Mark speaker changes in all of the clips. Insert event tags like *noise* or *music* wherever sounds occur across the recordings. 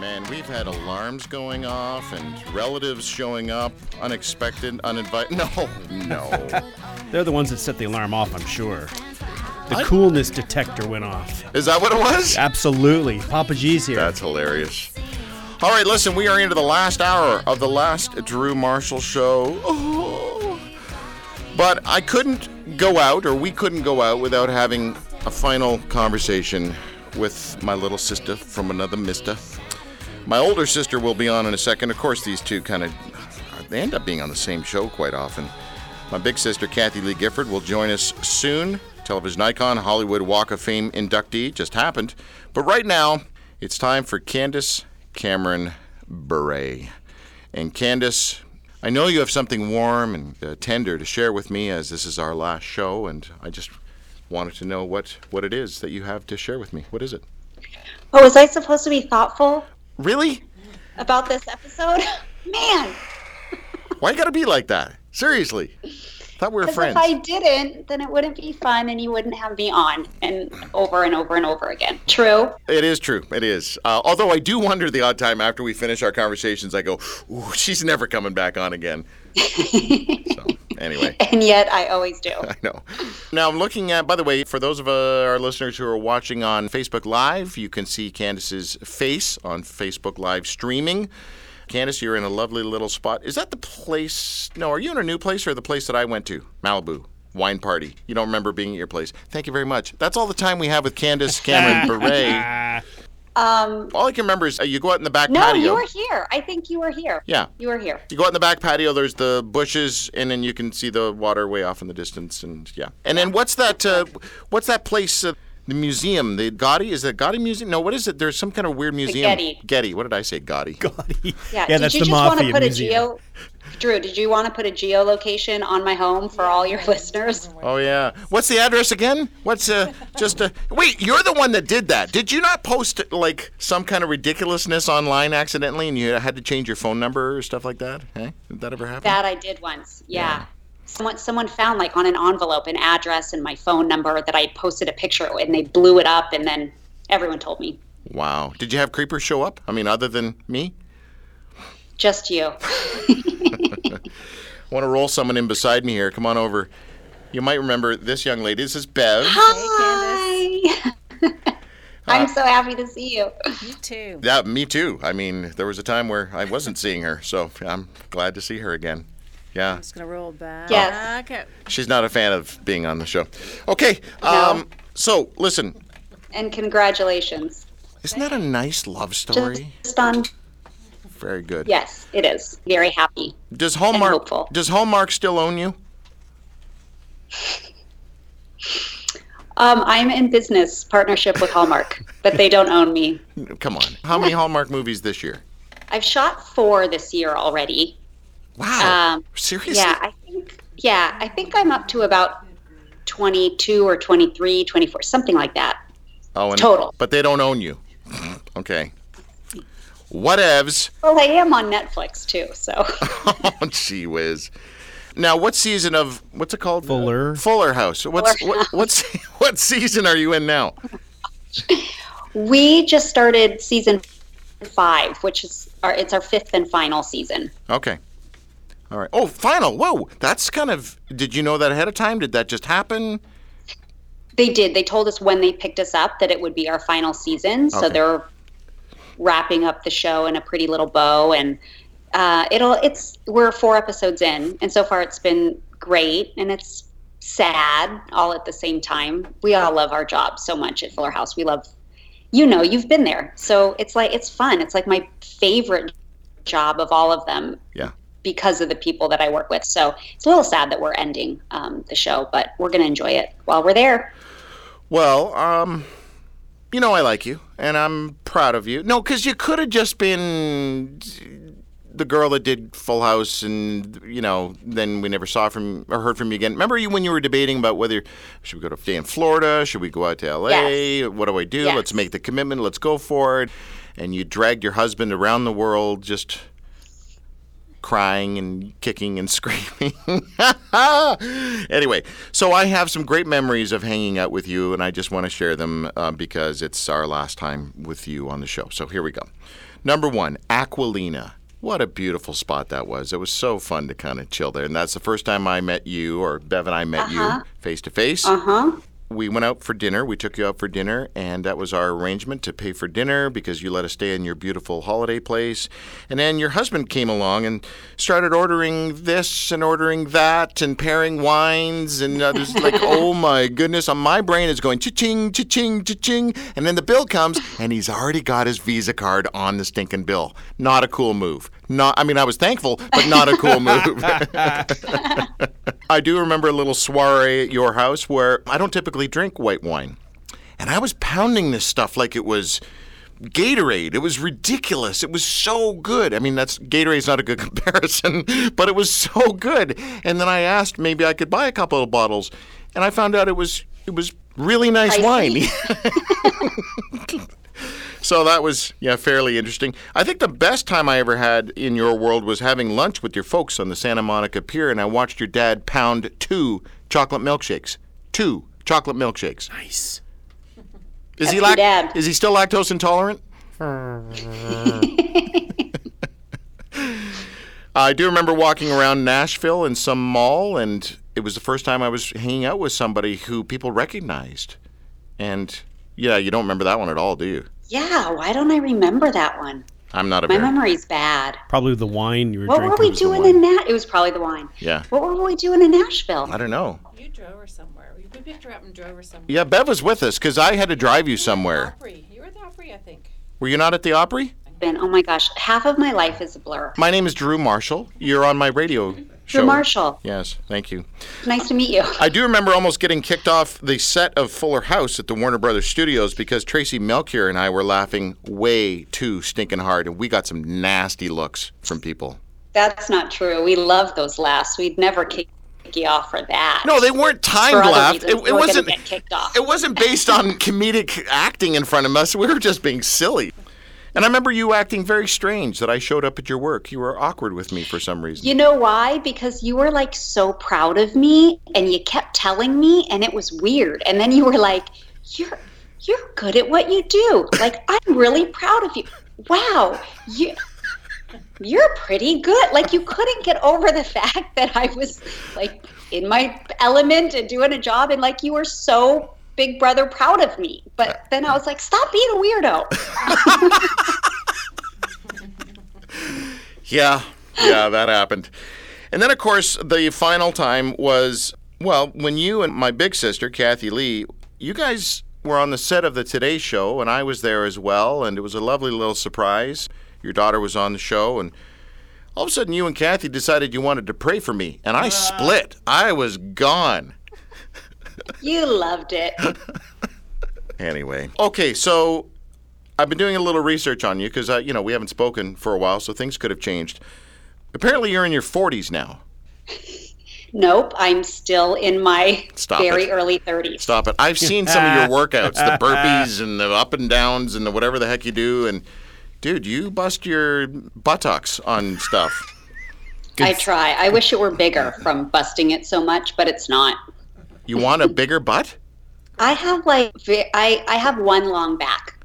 Speaker 1: and we've had alarms going off and relatives showing up, unexpected, uninvited. *laughs* No, no.
Speaker 2: They're the ones that set the alarm off, I'm sure. The coolness detector went off.
Speaker 1: Is that what it was?
Speaker 2: Absolutely. Papa G's here.
Speaker 1: That's hilarious. All right, listen, we are into the last hour of the last Drew Marshall show. *sighs* Oh. But I couldn't go out, or we couldn't go out, without having a final conversation with my little sister from another mister. My older sister will be on in a second. Of course, these two kind of they end up being on the same show quite often. My big sister Kathy Lee Gifford will join us soon. Television icon, Hollywood Walk of Fame inductee just happened. But right now, it's time for Candace Cameron Bure. And Candace, I know you have something warm and uh, tender to share with me as this is our last show and I just wanted to know what what it is that you have to share with me. What is it?
Speaker 3: Oh, was I supposed to be thoughtful
Speaker 1: Really?
Speaker 3: about this episode? *laughs* Man,
Speaker 1: Why you gotta be like that? Seriously. Thought we were
Speaker 3: because if
Speaker 1: friends.
Speaker 3: I didn't, then it wouldn't be fun, and you wouldn't have me on and over and over and over again. True.
Speaker 1: It is true. It is. Uh, although I do wonder the odd time after we finish our conversations, I go, Ooh, she's never coming back on
Speaker 3: *laughs*
Speaker 1: again. so, anyway.
Speaker 3: And yet, I
Speaker 1: *laughs*
Speaker 3: always do. *laughs*
Speaker 1: I know. Now I'm looking at. By the way, for those of uh, our listeners who are watching on Facebook Live, you can see Candace's face on Facebook Live streaming. Candace, you're in a lovely little spot. Is that the place? No, are you in a new place or the place that I went to? Malibu wine party. You don't remember being at your place. Thank you very much. That's all the time we have with Candace Cameron Bure.
Speaker 2: Ah,
Speaker 3: Um,
Speaker 1: All I can remember is uh, you go out in the back
Speaker 3: no,
Speaker 1: patio.
Speaker 3: you were here. I think you were here.
Speaker 1: Yeah.
Speaker 3: You were here.
Speaker 1: You go out in the back patio. There's the bushes, and then you can see the water way off in the distance, and yeah. And then what's that? Uh, what's that place? Uh, the museum, the Gotti. Is that Gotti museum? No, what is it? There's some kind of weird museum.
Speaker 3: Getty.
Speaker 1: Getty. What did I say? Gotti.
Speaker 3: Yeah.
Speaker 2: Yeah,
Speaker 3: did
Speaker 2: that's
Speaker 3: you
Speaker 2: the
Speaker 3: just want to
Speaker 2: Mafia
Speaker 3: put a
Speaker 2: museum.
Speaker 3: geo? Drew, did you want to put a geolocation on my home for all your *laughs* listeners?
Speaker 1: Oh yeah. What's the address again? What's uh? Just uh, wait. You're the one that did that. Did you not post like some kind of ridiculousness online accidentally, and you had to change your phone number or stuff like that? Hey, did that ever happen?
Speaker 3: That I did once. Yeah. Someone, someone found like on an envelope an address and my phone number that I posted a picture and they blew it up and then everyone told me
Speaker 1: wow. Did you have creepers show up? I mean, other than me.
Speaker 3: just you.
Speaker 1: I want to roll someone in beside me here. Come on over. You might remember this young lady. This is Bev.
Speaker 3: Hi. I'm so happy to see you.
Speaker 4: You too.
Speaker 1: Yeah, me too. I mean, there was a time where I wasn't seeing her, so I'm glad to see her again. Yeah,
Speaker 4: I'm just gonna roll back.
Speaker 3: Yes.
Speaker 4: Okay.
Speaker 1: she's not a fan of being on the show. Okay, um, so listen,
Speaker 3: And congratulations.
Speaker 1: isn't that a nice love
Speaker 3: Just,
Speaker 1: story?
Speaker 3: just on
Speaker 1: Very good.
Speaker 3: yes, it is. Very happy.
Speaker 1: Does
Speaker 3: And
Speaker 1: Hallmark
Speaker 3: hopeful.
Speaker 1: does Hallmark still own you?
Speaker 3: Um, I'm in business partnership with Hallmark, but they don't own me.
Speaker 1: Come on, how many Hallmark movies this year?
Speaker 3: I've shot four this year already.
Speaker 1: Wow,
Speaker 3: Um,
Speaker 1: seriously?
Speaker 3: Yeah, I think yeah, I think I'm up to about 22 or 23, 24, something like that.
Speaker 1: oh, and,
Speaker 3: total.
Speaker 1: But they don't own you. okay. Whatevs.
Speaker 3: Well, I am on Netflix too, so *laughs*
Speaker 1: *laughs* Oh, gee whiz. Now, what season of what's it called?
Speaker 2: Fuller.
Speaker 1: Fuller House. What's
Speaker 3: Fuller
Speaker 1: what, what's *laughs* what season are you in now?
Speaker 3: we just started season 5, which is our it's our fifth and final season.
Speaker 1: Okay. All right. Oh, final. Whoa, that's kind of. Did you know that ahead of time? Did that just happen?
Speaker 3: They did. They told us when they picked us up that it would be our final season, so
Speaker 1: Okay.
Speaker 3: they're wrapping up the show in a pretty little bow and uh, it'll it's we're four episodes in and so far it's been great and it's sad all at the same time we all love our job so much at fuller house we love you know you've been there so it's like it's fun it's like my favorite job of all of them
Speaker 1: Yeah.
Speaker 3: because of the people that i work with so it's a little sad that we're ending um, the show but we're going to enjoy it while we're there
Speaker 1: Well, um, you know I like you, and I'm proud of you. No, because you could have just been the girl that did Full House, and you know, then we never saw from or heard from you again. Remember you when you were debating about whether should we go to stay in Florida, should we go out to L.A. What do I do?
Speaker 3: Yes.
Speaker 1: Let's make the commitment. Let's go for it. And you dragged your husband around the world, just crying and kicking and *laughs* screaming. anyway, so I have some great memories of hanging out with you, and I just want to share them uh, because it's our last time with you on the show. So here we go. Number one, Aquilina. What a beautiful spot that was. It was so fun to kind of chill there. And that's the first time I met you, or Bev and I met you face to face.
Speaker 3: Uh huh.
Speaker 1: We went out for dinner. We took you out for dinner, and that was our arrangement to pay for dinner because you let us stay in your beautiful holiday place. And then your husband came along and started ordering this and ordering that and pairing wines. And I was like, oh my goodness. Uh, My brain is going cha-ching, cha-ching, cha-ching. And then the bill comes, and he's already got his Visa card on the stinking bill. Not a cool move. Not, I mean, I was thankful, but not a cool move. *laughs* I do remember a little soiree at your house where I don't typically drink white wine. And I was pounding this stuff like it was Gatorade. It was ridiculous. It was so good. I mean, that's Gatorade's not a good *laughs* comparison, but it was so good. And then I asked maybe I could buy a couple of bottles, and I found out it was it was really nice wine. *laughs* So that was yeah fairly interesting. I think the best time I ever had in your world was having lunch with your folks on the Santa Monica Pier, and I watched your dad pound two chocolate milkshakes. Two chocolate milkshakes.
Speaker 2: Nice.
Speaker 1: Is he
Speaker 3: That's your dad.
Speaker 1: Is he still lactose
Speaker 3: *laughs*
Speaker 1: intolerant? I do remember walking around Nashville in some mall, and it was the first time I was hanging out with somebody who people recognized. And yeah, you don't remember that one at all, do you?
Speaker 3: Yeah. Why don't I remember that one?
Speaker 1: I'm not a
Speaker 3: My
Speaker 1: very
Speaker 3: memory's bad.
Speaker 2: Probably the wine you were
Speaker 3: What
Speaker 2: drinking.
Speaker 3: were we
Speaker 2: was the
Speaker 3: doing
Speaker 2: wine.
Speaker 3: in that? It was probably the wine.
Speaker 1: yeah.
Speaker 3: What were we doing in Nashville?
Speaker 1: I don't know.
Speaker 5: You drove her somewhere. We we picked her up and drove her somewhere.
Speaker 1: Yeah, Bev was with us because I had to drive you somewhere.
Speaker 5: Opry. You were at the Opry, I think.
Speaker 1: Were you not at the Opry?
Speaker 3: Been oh my gosh, half of my life is a blur.
Speaker 1: My name is Drew Marshall. You're on my radio show.
Speaker 3: Drew Marshall,
Speaker 1: Yes, thank you.
Speaker 3: nice to meet you.
Speaker 1: I do remember almost getting kicked off the set of Fuller House at the Warner Brothers Studios because Tracy Melchior and I were laughing way too stinking hard, and we got some nasty looks from people.
Speaker 3: That's not true. We love those laughs. We'd never kick you off for that.
Speaker 1: No, they weren't
Speaker 3: for
Speaker 1: timed
Speaker 3: other
Speaker 1: laughs.
Speaker 3: reasons,
Speaker 1: It, it
Speaker 3: we're gonna
Speaker 1: wasn't.
Speaker 3: get kicked off.
Speaker 1: It wasn't based
Speaker 3: *laughs*
Speaker 1: on comedic acting in front of us. We were just being silly. And I remember you acting very strange that I showed up at your work. You were awkward with me for some reason.
Speaker 3: You know why? Because you were like so proud of me and you kept telling me and it was weird. And then you were like, You're you're good at what you do. Like I'm really proud of you. Wow. You you're pretty good. Like you couldn't get over the *laughs* fact that I was like in my element and doing a job and like you were so big brother proud of me. But then I was like, Stop being a weirdo.
Speaker 1: Yeah, yeah, that happened. And then, of course, the final time was well, when you and my big sister, Kathy Lee, you guys were on the set of the Today Show, and I was there as well, and it was a lovely little surprise. Your daughter was on the show, and all of a sudden, you and Kathy decided you wanted to pray for me, and I split. I was gone.
Speaker 3: You
Speaker 1: *laughs*
Speaker 3: loved it.
Speaker 1: Anyway. Okay, so I've been doing a little research on you because, uh, you know, we haven't spoken for a while, so things could have changed. Apparently, you're in your 40s now.
Speaker 3: Nope, I'm still in my
Speaker 1: Stop
Speaker 3: very
Speaker 1: it.
Speaker 3: early 30s.
Speaker 1: Stop it. I've seen some of your workouts, the burpees and the up and downs and the whatever the heck you do. And dude, you bust your buttocks on stuff.
Speaker 3: I try. I wish it were bigger from busting it so much, but it's not.
Speaker 1: You want a bigger butt?
Speaker 3: I have like ve- I I have one long back.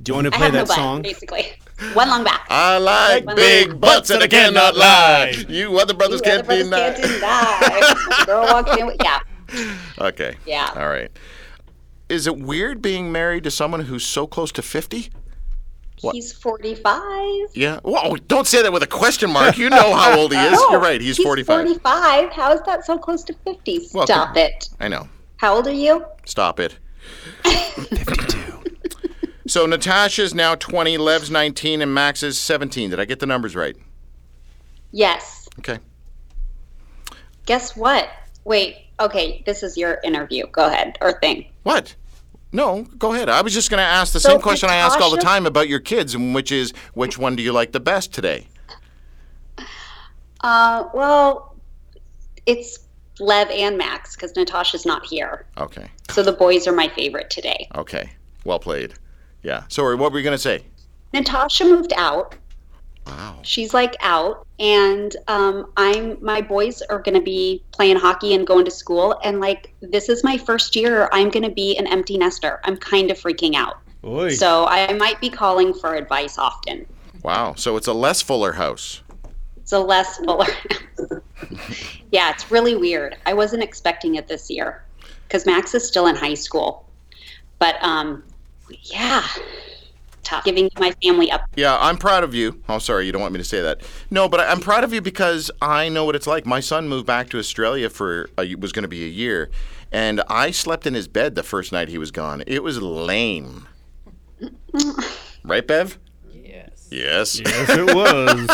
Speaker 2: Do you want to
Speaker 3: I
Speaker 2: play
Speaker 3: have no
Speaker 2: that
Speaker 3: butt,
Speaker 2: song?
Speaker 3: basically. *laughs* One long back.
Speaker 1: I like
Speaker 3: Like
Speaker 1: big
Speaker 3: my-
Speaker 1: butts and I cannot lie. You other
Speaker 3: You
Speaker 1: brothers can't
Speaker 3: other
Speaker 1: be nice.
Speaker 3: brothers can't deny. Girl walks in. With, yeah,
Speaker 1: Okay.
Speaker 3: Yeah.
Speaker 1: All right. Is it weird being married to someone who's so close to 50? *laughs* What?
Speaker 3: he's 45.
Speaker 1: Yeah. Whoa, don't say that with a question mark. You know how old he *laughs* is.
Speaker 3: No,
Speaker 1: You're right. He's, 45.
Speaker 3: 45. How is that so close to 50?
Speaker 1: Well,
Speaker 3: Stop
Speaker 1: come-
Speaker 3: it.
Speaker 1: I know.
Speaker 3: How old are you?
Speaker 1: Stop it. 52. so Natasha's now 20, Lev's 19, and Max is 17. Did I get the numbers right?
Speaker 3: Yes.
Speaker 1: Okay.
Speaker 3: Guess what? Wait. Okay, this is your interview. Go ahead or thing.
Speaker 1: What? No, go ahead. I was just going to ask the
Speaker 3: So,
Speaker 1: same question I ask all the
Speaker 3: Natasha-
Speaker 1: time about your kids, and which is which one do you like the best today?
Speaker 3: Uh, well, it's Lev and Max because Natasha's not here.
Speaker 1: Okay.
Speaker 3: So the boys are my favorite today.
Speaker 1: Okay. Well played. Yeah. Sorry, what were you going to say?
Speaker 3: Natasha moved out.
Speaker 1: Wow.
Speaker 3: She's like out, and um, I'm my boys are gonna be playing hockey and going to school. And like, this is my first year. I'm gonna be an empty nester. I'm kind of freaking out.
Speaker 2: Oy.
Speaker 3: So I might be calling for advice often.
Speaker 1: Wow. So it's a less fuller house.
Speaker 3: It's a less fuller. yeah, it's really weird. I wasn't expecting it this year because Max is still in high school. But um, yeah, tough. Giving my family up.
Speaker 1: Yeah, I'm proud of you. Oh, sorry, you don't want me to say that. No, but I- I'm proud of you because I know what it's like. My son moved back to Australia for a, was going to be a year, and I slept in his bed the first night he was gone. It was lame. right, Bev?
Speaker 5: Yes.
Speaker 1: Yes.
Speaker 2: Yes, it was.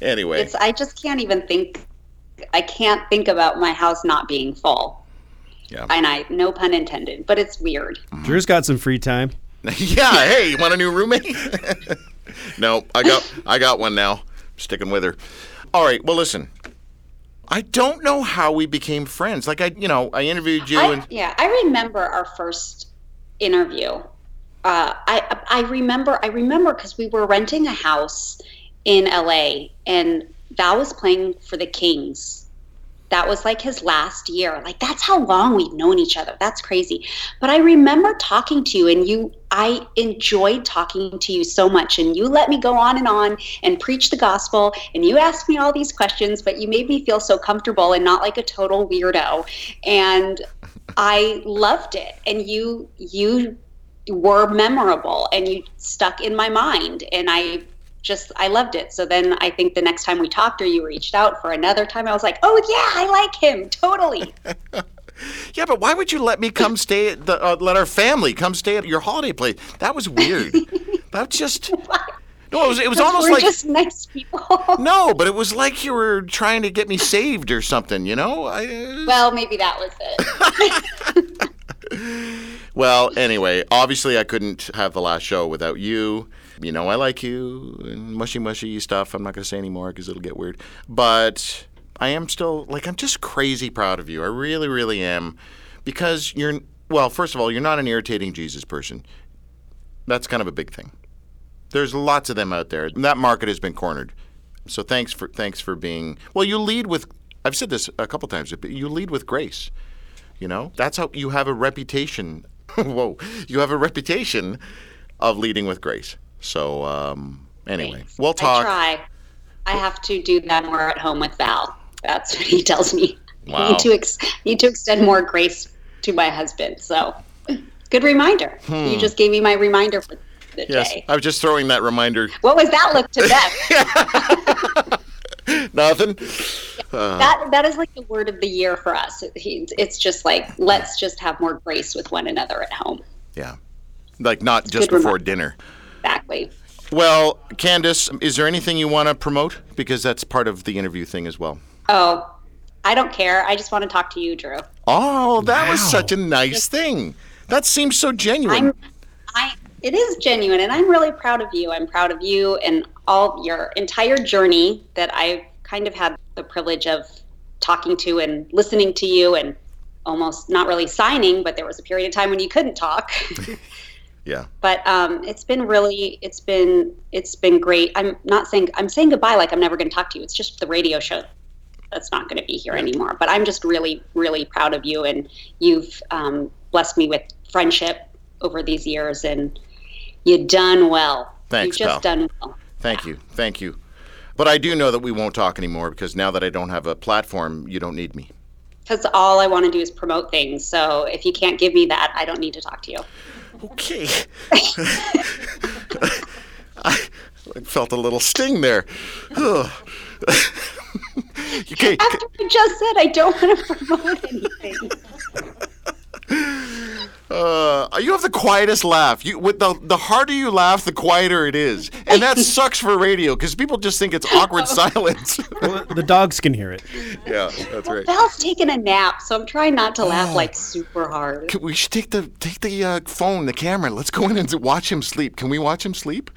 Speaker 1: anyway,
Speaker 3: It's I just can't even think. I can't think about my house not being full.
Speaker 1: Yeah.
Speaker 3: And I, no pun intended, but it's weird.
Speaker 2: Drew's got some free time.
Speaker 1: *laughs* yeah. Hey, you want a new roommate? *laughs* no, I got I got one now. sticking with her. All right. Well, listen. I don't know how we became friends. Like I, you know, I interviewed you
Speaker 3: I,
Speaker 1: and
Speaker 3: yeah, I remember our first interview. Uh, I I remember I remember because we were renting a house in LA, and Val was playing for the Kings. That was like his last year. Like that's how long we've known each other. That's crazy. But I remember talking to you, and you, I enjoyed talking to you so much, and you let me go on and on and preach the gospel, and you asked me all these questions, but you made me feel so comfortable and not like a total weirdo. And I loved it, and you you were memorable, and you stuck in my mind, and I just I loved it. So then I think the next time we talked or you reached out for another time, I was like, oh yeah, I like
Speaker 1: *laughs*
Speaker 3: him totally.
Speaker 1: Yeah, but why would you let me come stay at the uh, let our family come stay at your holiday place? That was
Speaker 3: *laughs*
Speaker 1: weird. that just no, it was it was almost
Speaker 3: we're
Speaker 1: like
Speaker 3: just nice people. *laughs*
Speaker 1: no, but it was like you were trying to get me saved or something. You know? I, uh,
Speaker 3: well, maybe that was it.
Speaker 1: well, anyway, obviously I couldn't have the last show without you. You know I like you and mushy mushy stuff. I'm not gonna say anymore because it'll get weird. But I am still like I'm just crazy proud of you. I really, really am because you're well. First of all, you're not an irritating Jesus person. That's kind of a big thing. There's lots of them out there. That market has been cornered. So thanks for thanks for being well. You lead with I've said this a couple times, but you lead with grace. You know that's how you have a reputation. *laughs* Whoa, you have a reputation of leading with grace. So um, anyway,
Speaker 3: Thanks.
Speaker 1: we'll
Speaker 3: I
Speaker 1: talk.
Speaker 3: try. I have to do that more at home with Val. That's what he tells me. *laughs*
Speaker 1: Wow.
Speaker 3: I need to ex- need to extend more grace to my husband. So, good reminder. You just gave me my reminder for the
Speaker 1: Hmm. Yes,
Speaker 3: day.
Speaker 1: I was just throwing that
Speaker 3: *laughs*
Speaker 1: reminder.
Speaker 3: What was that look to
Speaker 1: *laughs*
Speaker 3: them?
Speaker 1: Nothing.
Speaker 3: that that is like the word of the year for us. It- he- It's just like let's just have more grace with one another at home.
Speaker 1: Yeah, like not just
Speaker 3: good
Speaker 1: before
Speaker 3: reminder.
Speaker 1: dinner.
Speaker 3: Exactly.
Speaker 1: Well, Candace, is there anything you want to promote? Because that's part of the interview thing as well.
Speaker 3: Oh, I don't care. I just want to talk to you, Drew.
Speaker 1: Oh, that was such a nice thing. That seems so genuine.
Speaker 3: I'm, I, it is genuine, and I'm really proud of you. I'm proud of you and all your entire journey that I've kind of had the privilege of talking to and listening to you, and almost not really signing, but there was a period of time when you couldn't talk. *laughs*
Speaker 1: yeah.
Speaker 3: but um, it's been really, it's been, it's been great. I'm not saying I'm saying goodbye like I'm never going to talk to you. It's just the radio show that's not going to be here anymore. But I'm just really, really proud of you, and you've um, blessed me with friendship over these years, and you done well.
Speaker 1: Thanks,
Speaker 3: You've just
Speaker 1: pal.
Speaker 3: done well.
Speaker 1: Thank you. Thank you. But I do know that we won't talk anymore because now that I don't have a platform, you don't need me.
Speaker 3: Because all I want to do is promote things. So if you can't give me that, I don't need to talk to you.
Speaker 1: Okay. *laughs* I I felt a little sting there. Ugh. *laughs* okay.
Speaker 3: After I just said I don't want to promote anything.
Speaker 1: Uh, you have the quietest laugh. You with the the harder you laugh, the quieter it is, and that sucks for radio because people just think it's awkward silence. *laughs*
Speaker 2: Well, the dogs can hear it.
Speaker 1: yeah, that's right.
Speaker 3: Val's taking a nap, so I'm trying not to
Speaker 1: Oh.
Speaker 3: laugh like super hard.
Speaker 1: Can- We should take the take the uh, phone, the camera. Let's go in and watch him sleep. Can we watch him sleep?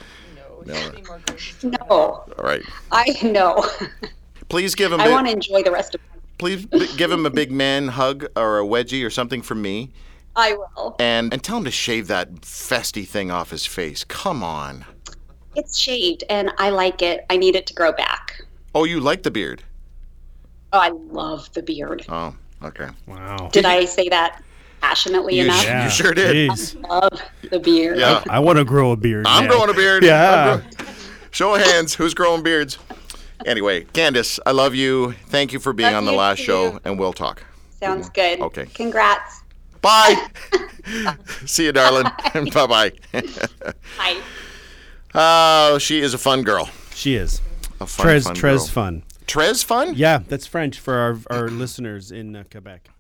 Speaker 5: No, it should be more gracious.
Speaker 3: No,
Speaker 1: All right.
Speaker 3: I know. *laughs*
Speaker 1: Please give him.
Speaker 3: I
Speaker 1: a-
Speaker 3: want to enjoy the rest of. my
Speaker 1: please b- give him a big man hug or a wedgie or something from me,
Speaker 3: I will.
Speaker 1: and and tell him to shave that festy thing off his face. Come on.
Speaker 3: It's shaved and I like it. I need it to grow back.
Speaker 1: Oh, you like the beard?
Speaker 3: Oh, I love the beard.
Speaker 1: Oh, okay.
Speaker 2: Wow.
Speaker 3: Did I say that? passionately
Speaker 1: You,
Speaker 3: enough.
Speaker 1: sh- you sure did.
Speaker 2: Jeez.
Speaker 3: Love the beer.
Speaker 1: Yeah.
Speaker 2: I want to grow a beard.
Speaker 1: I'm
Speaker 2: now.
Speaker 1: growing a beard. I'm
Speaker 2: Yeah.
Speaker 1: grow- Show of hands, who's growing beards? Anyway, Candace, I love you. Thank you for being
Speaker 5: Love
Speaker 1: on the
Speaker 5: you
Speaker 1: last
Speaker 5: too.
Speaker 1: show, and we'll talk.
Speaker 3: Sounds good.
Speaker 1: Okay.
Speaker 3: Congrats.
Speaker 1: Bye. *laughs* See you, darling. *laughs* Bye bye. *laughs*
Speaker 3: Hi.
Speaker 1: Oh, she is a fun girl.
Speaker 2: She is.
Speaker 1: A fun,
Speaker 2: Trez
Speaker 1: fun
Speaker 2: Trez
Speaker 1: girl.
Speaker 2: fun.
Speaker 1: Trez fun?
Speaker 2: Yeah, that's French for our our listeners in uh, Quebec.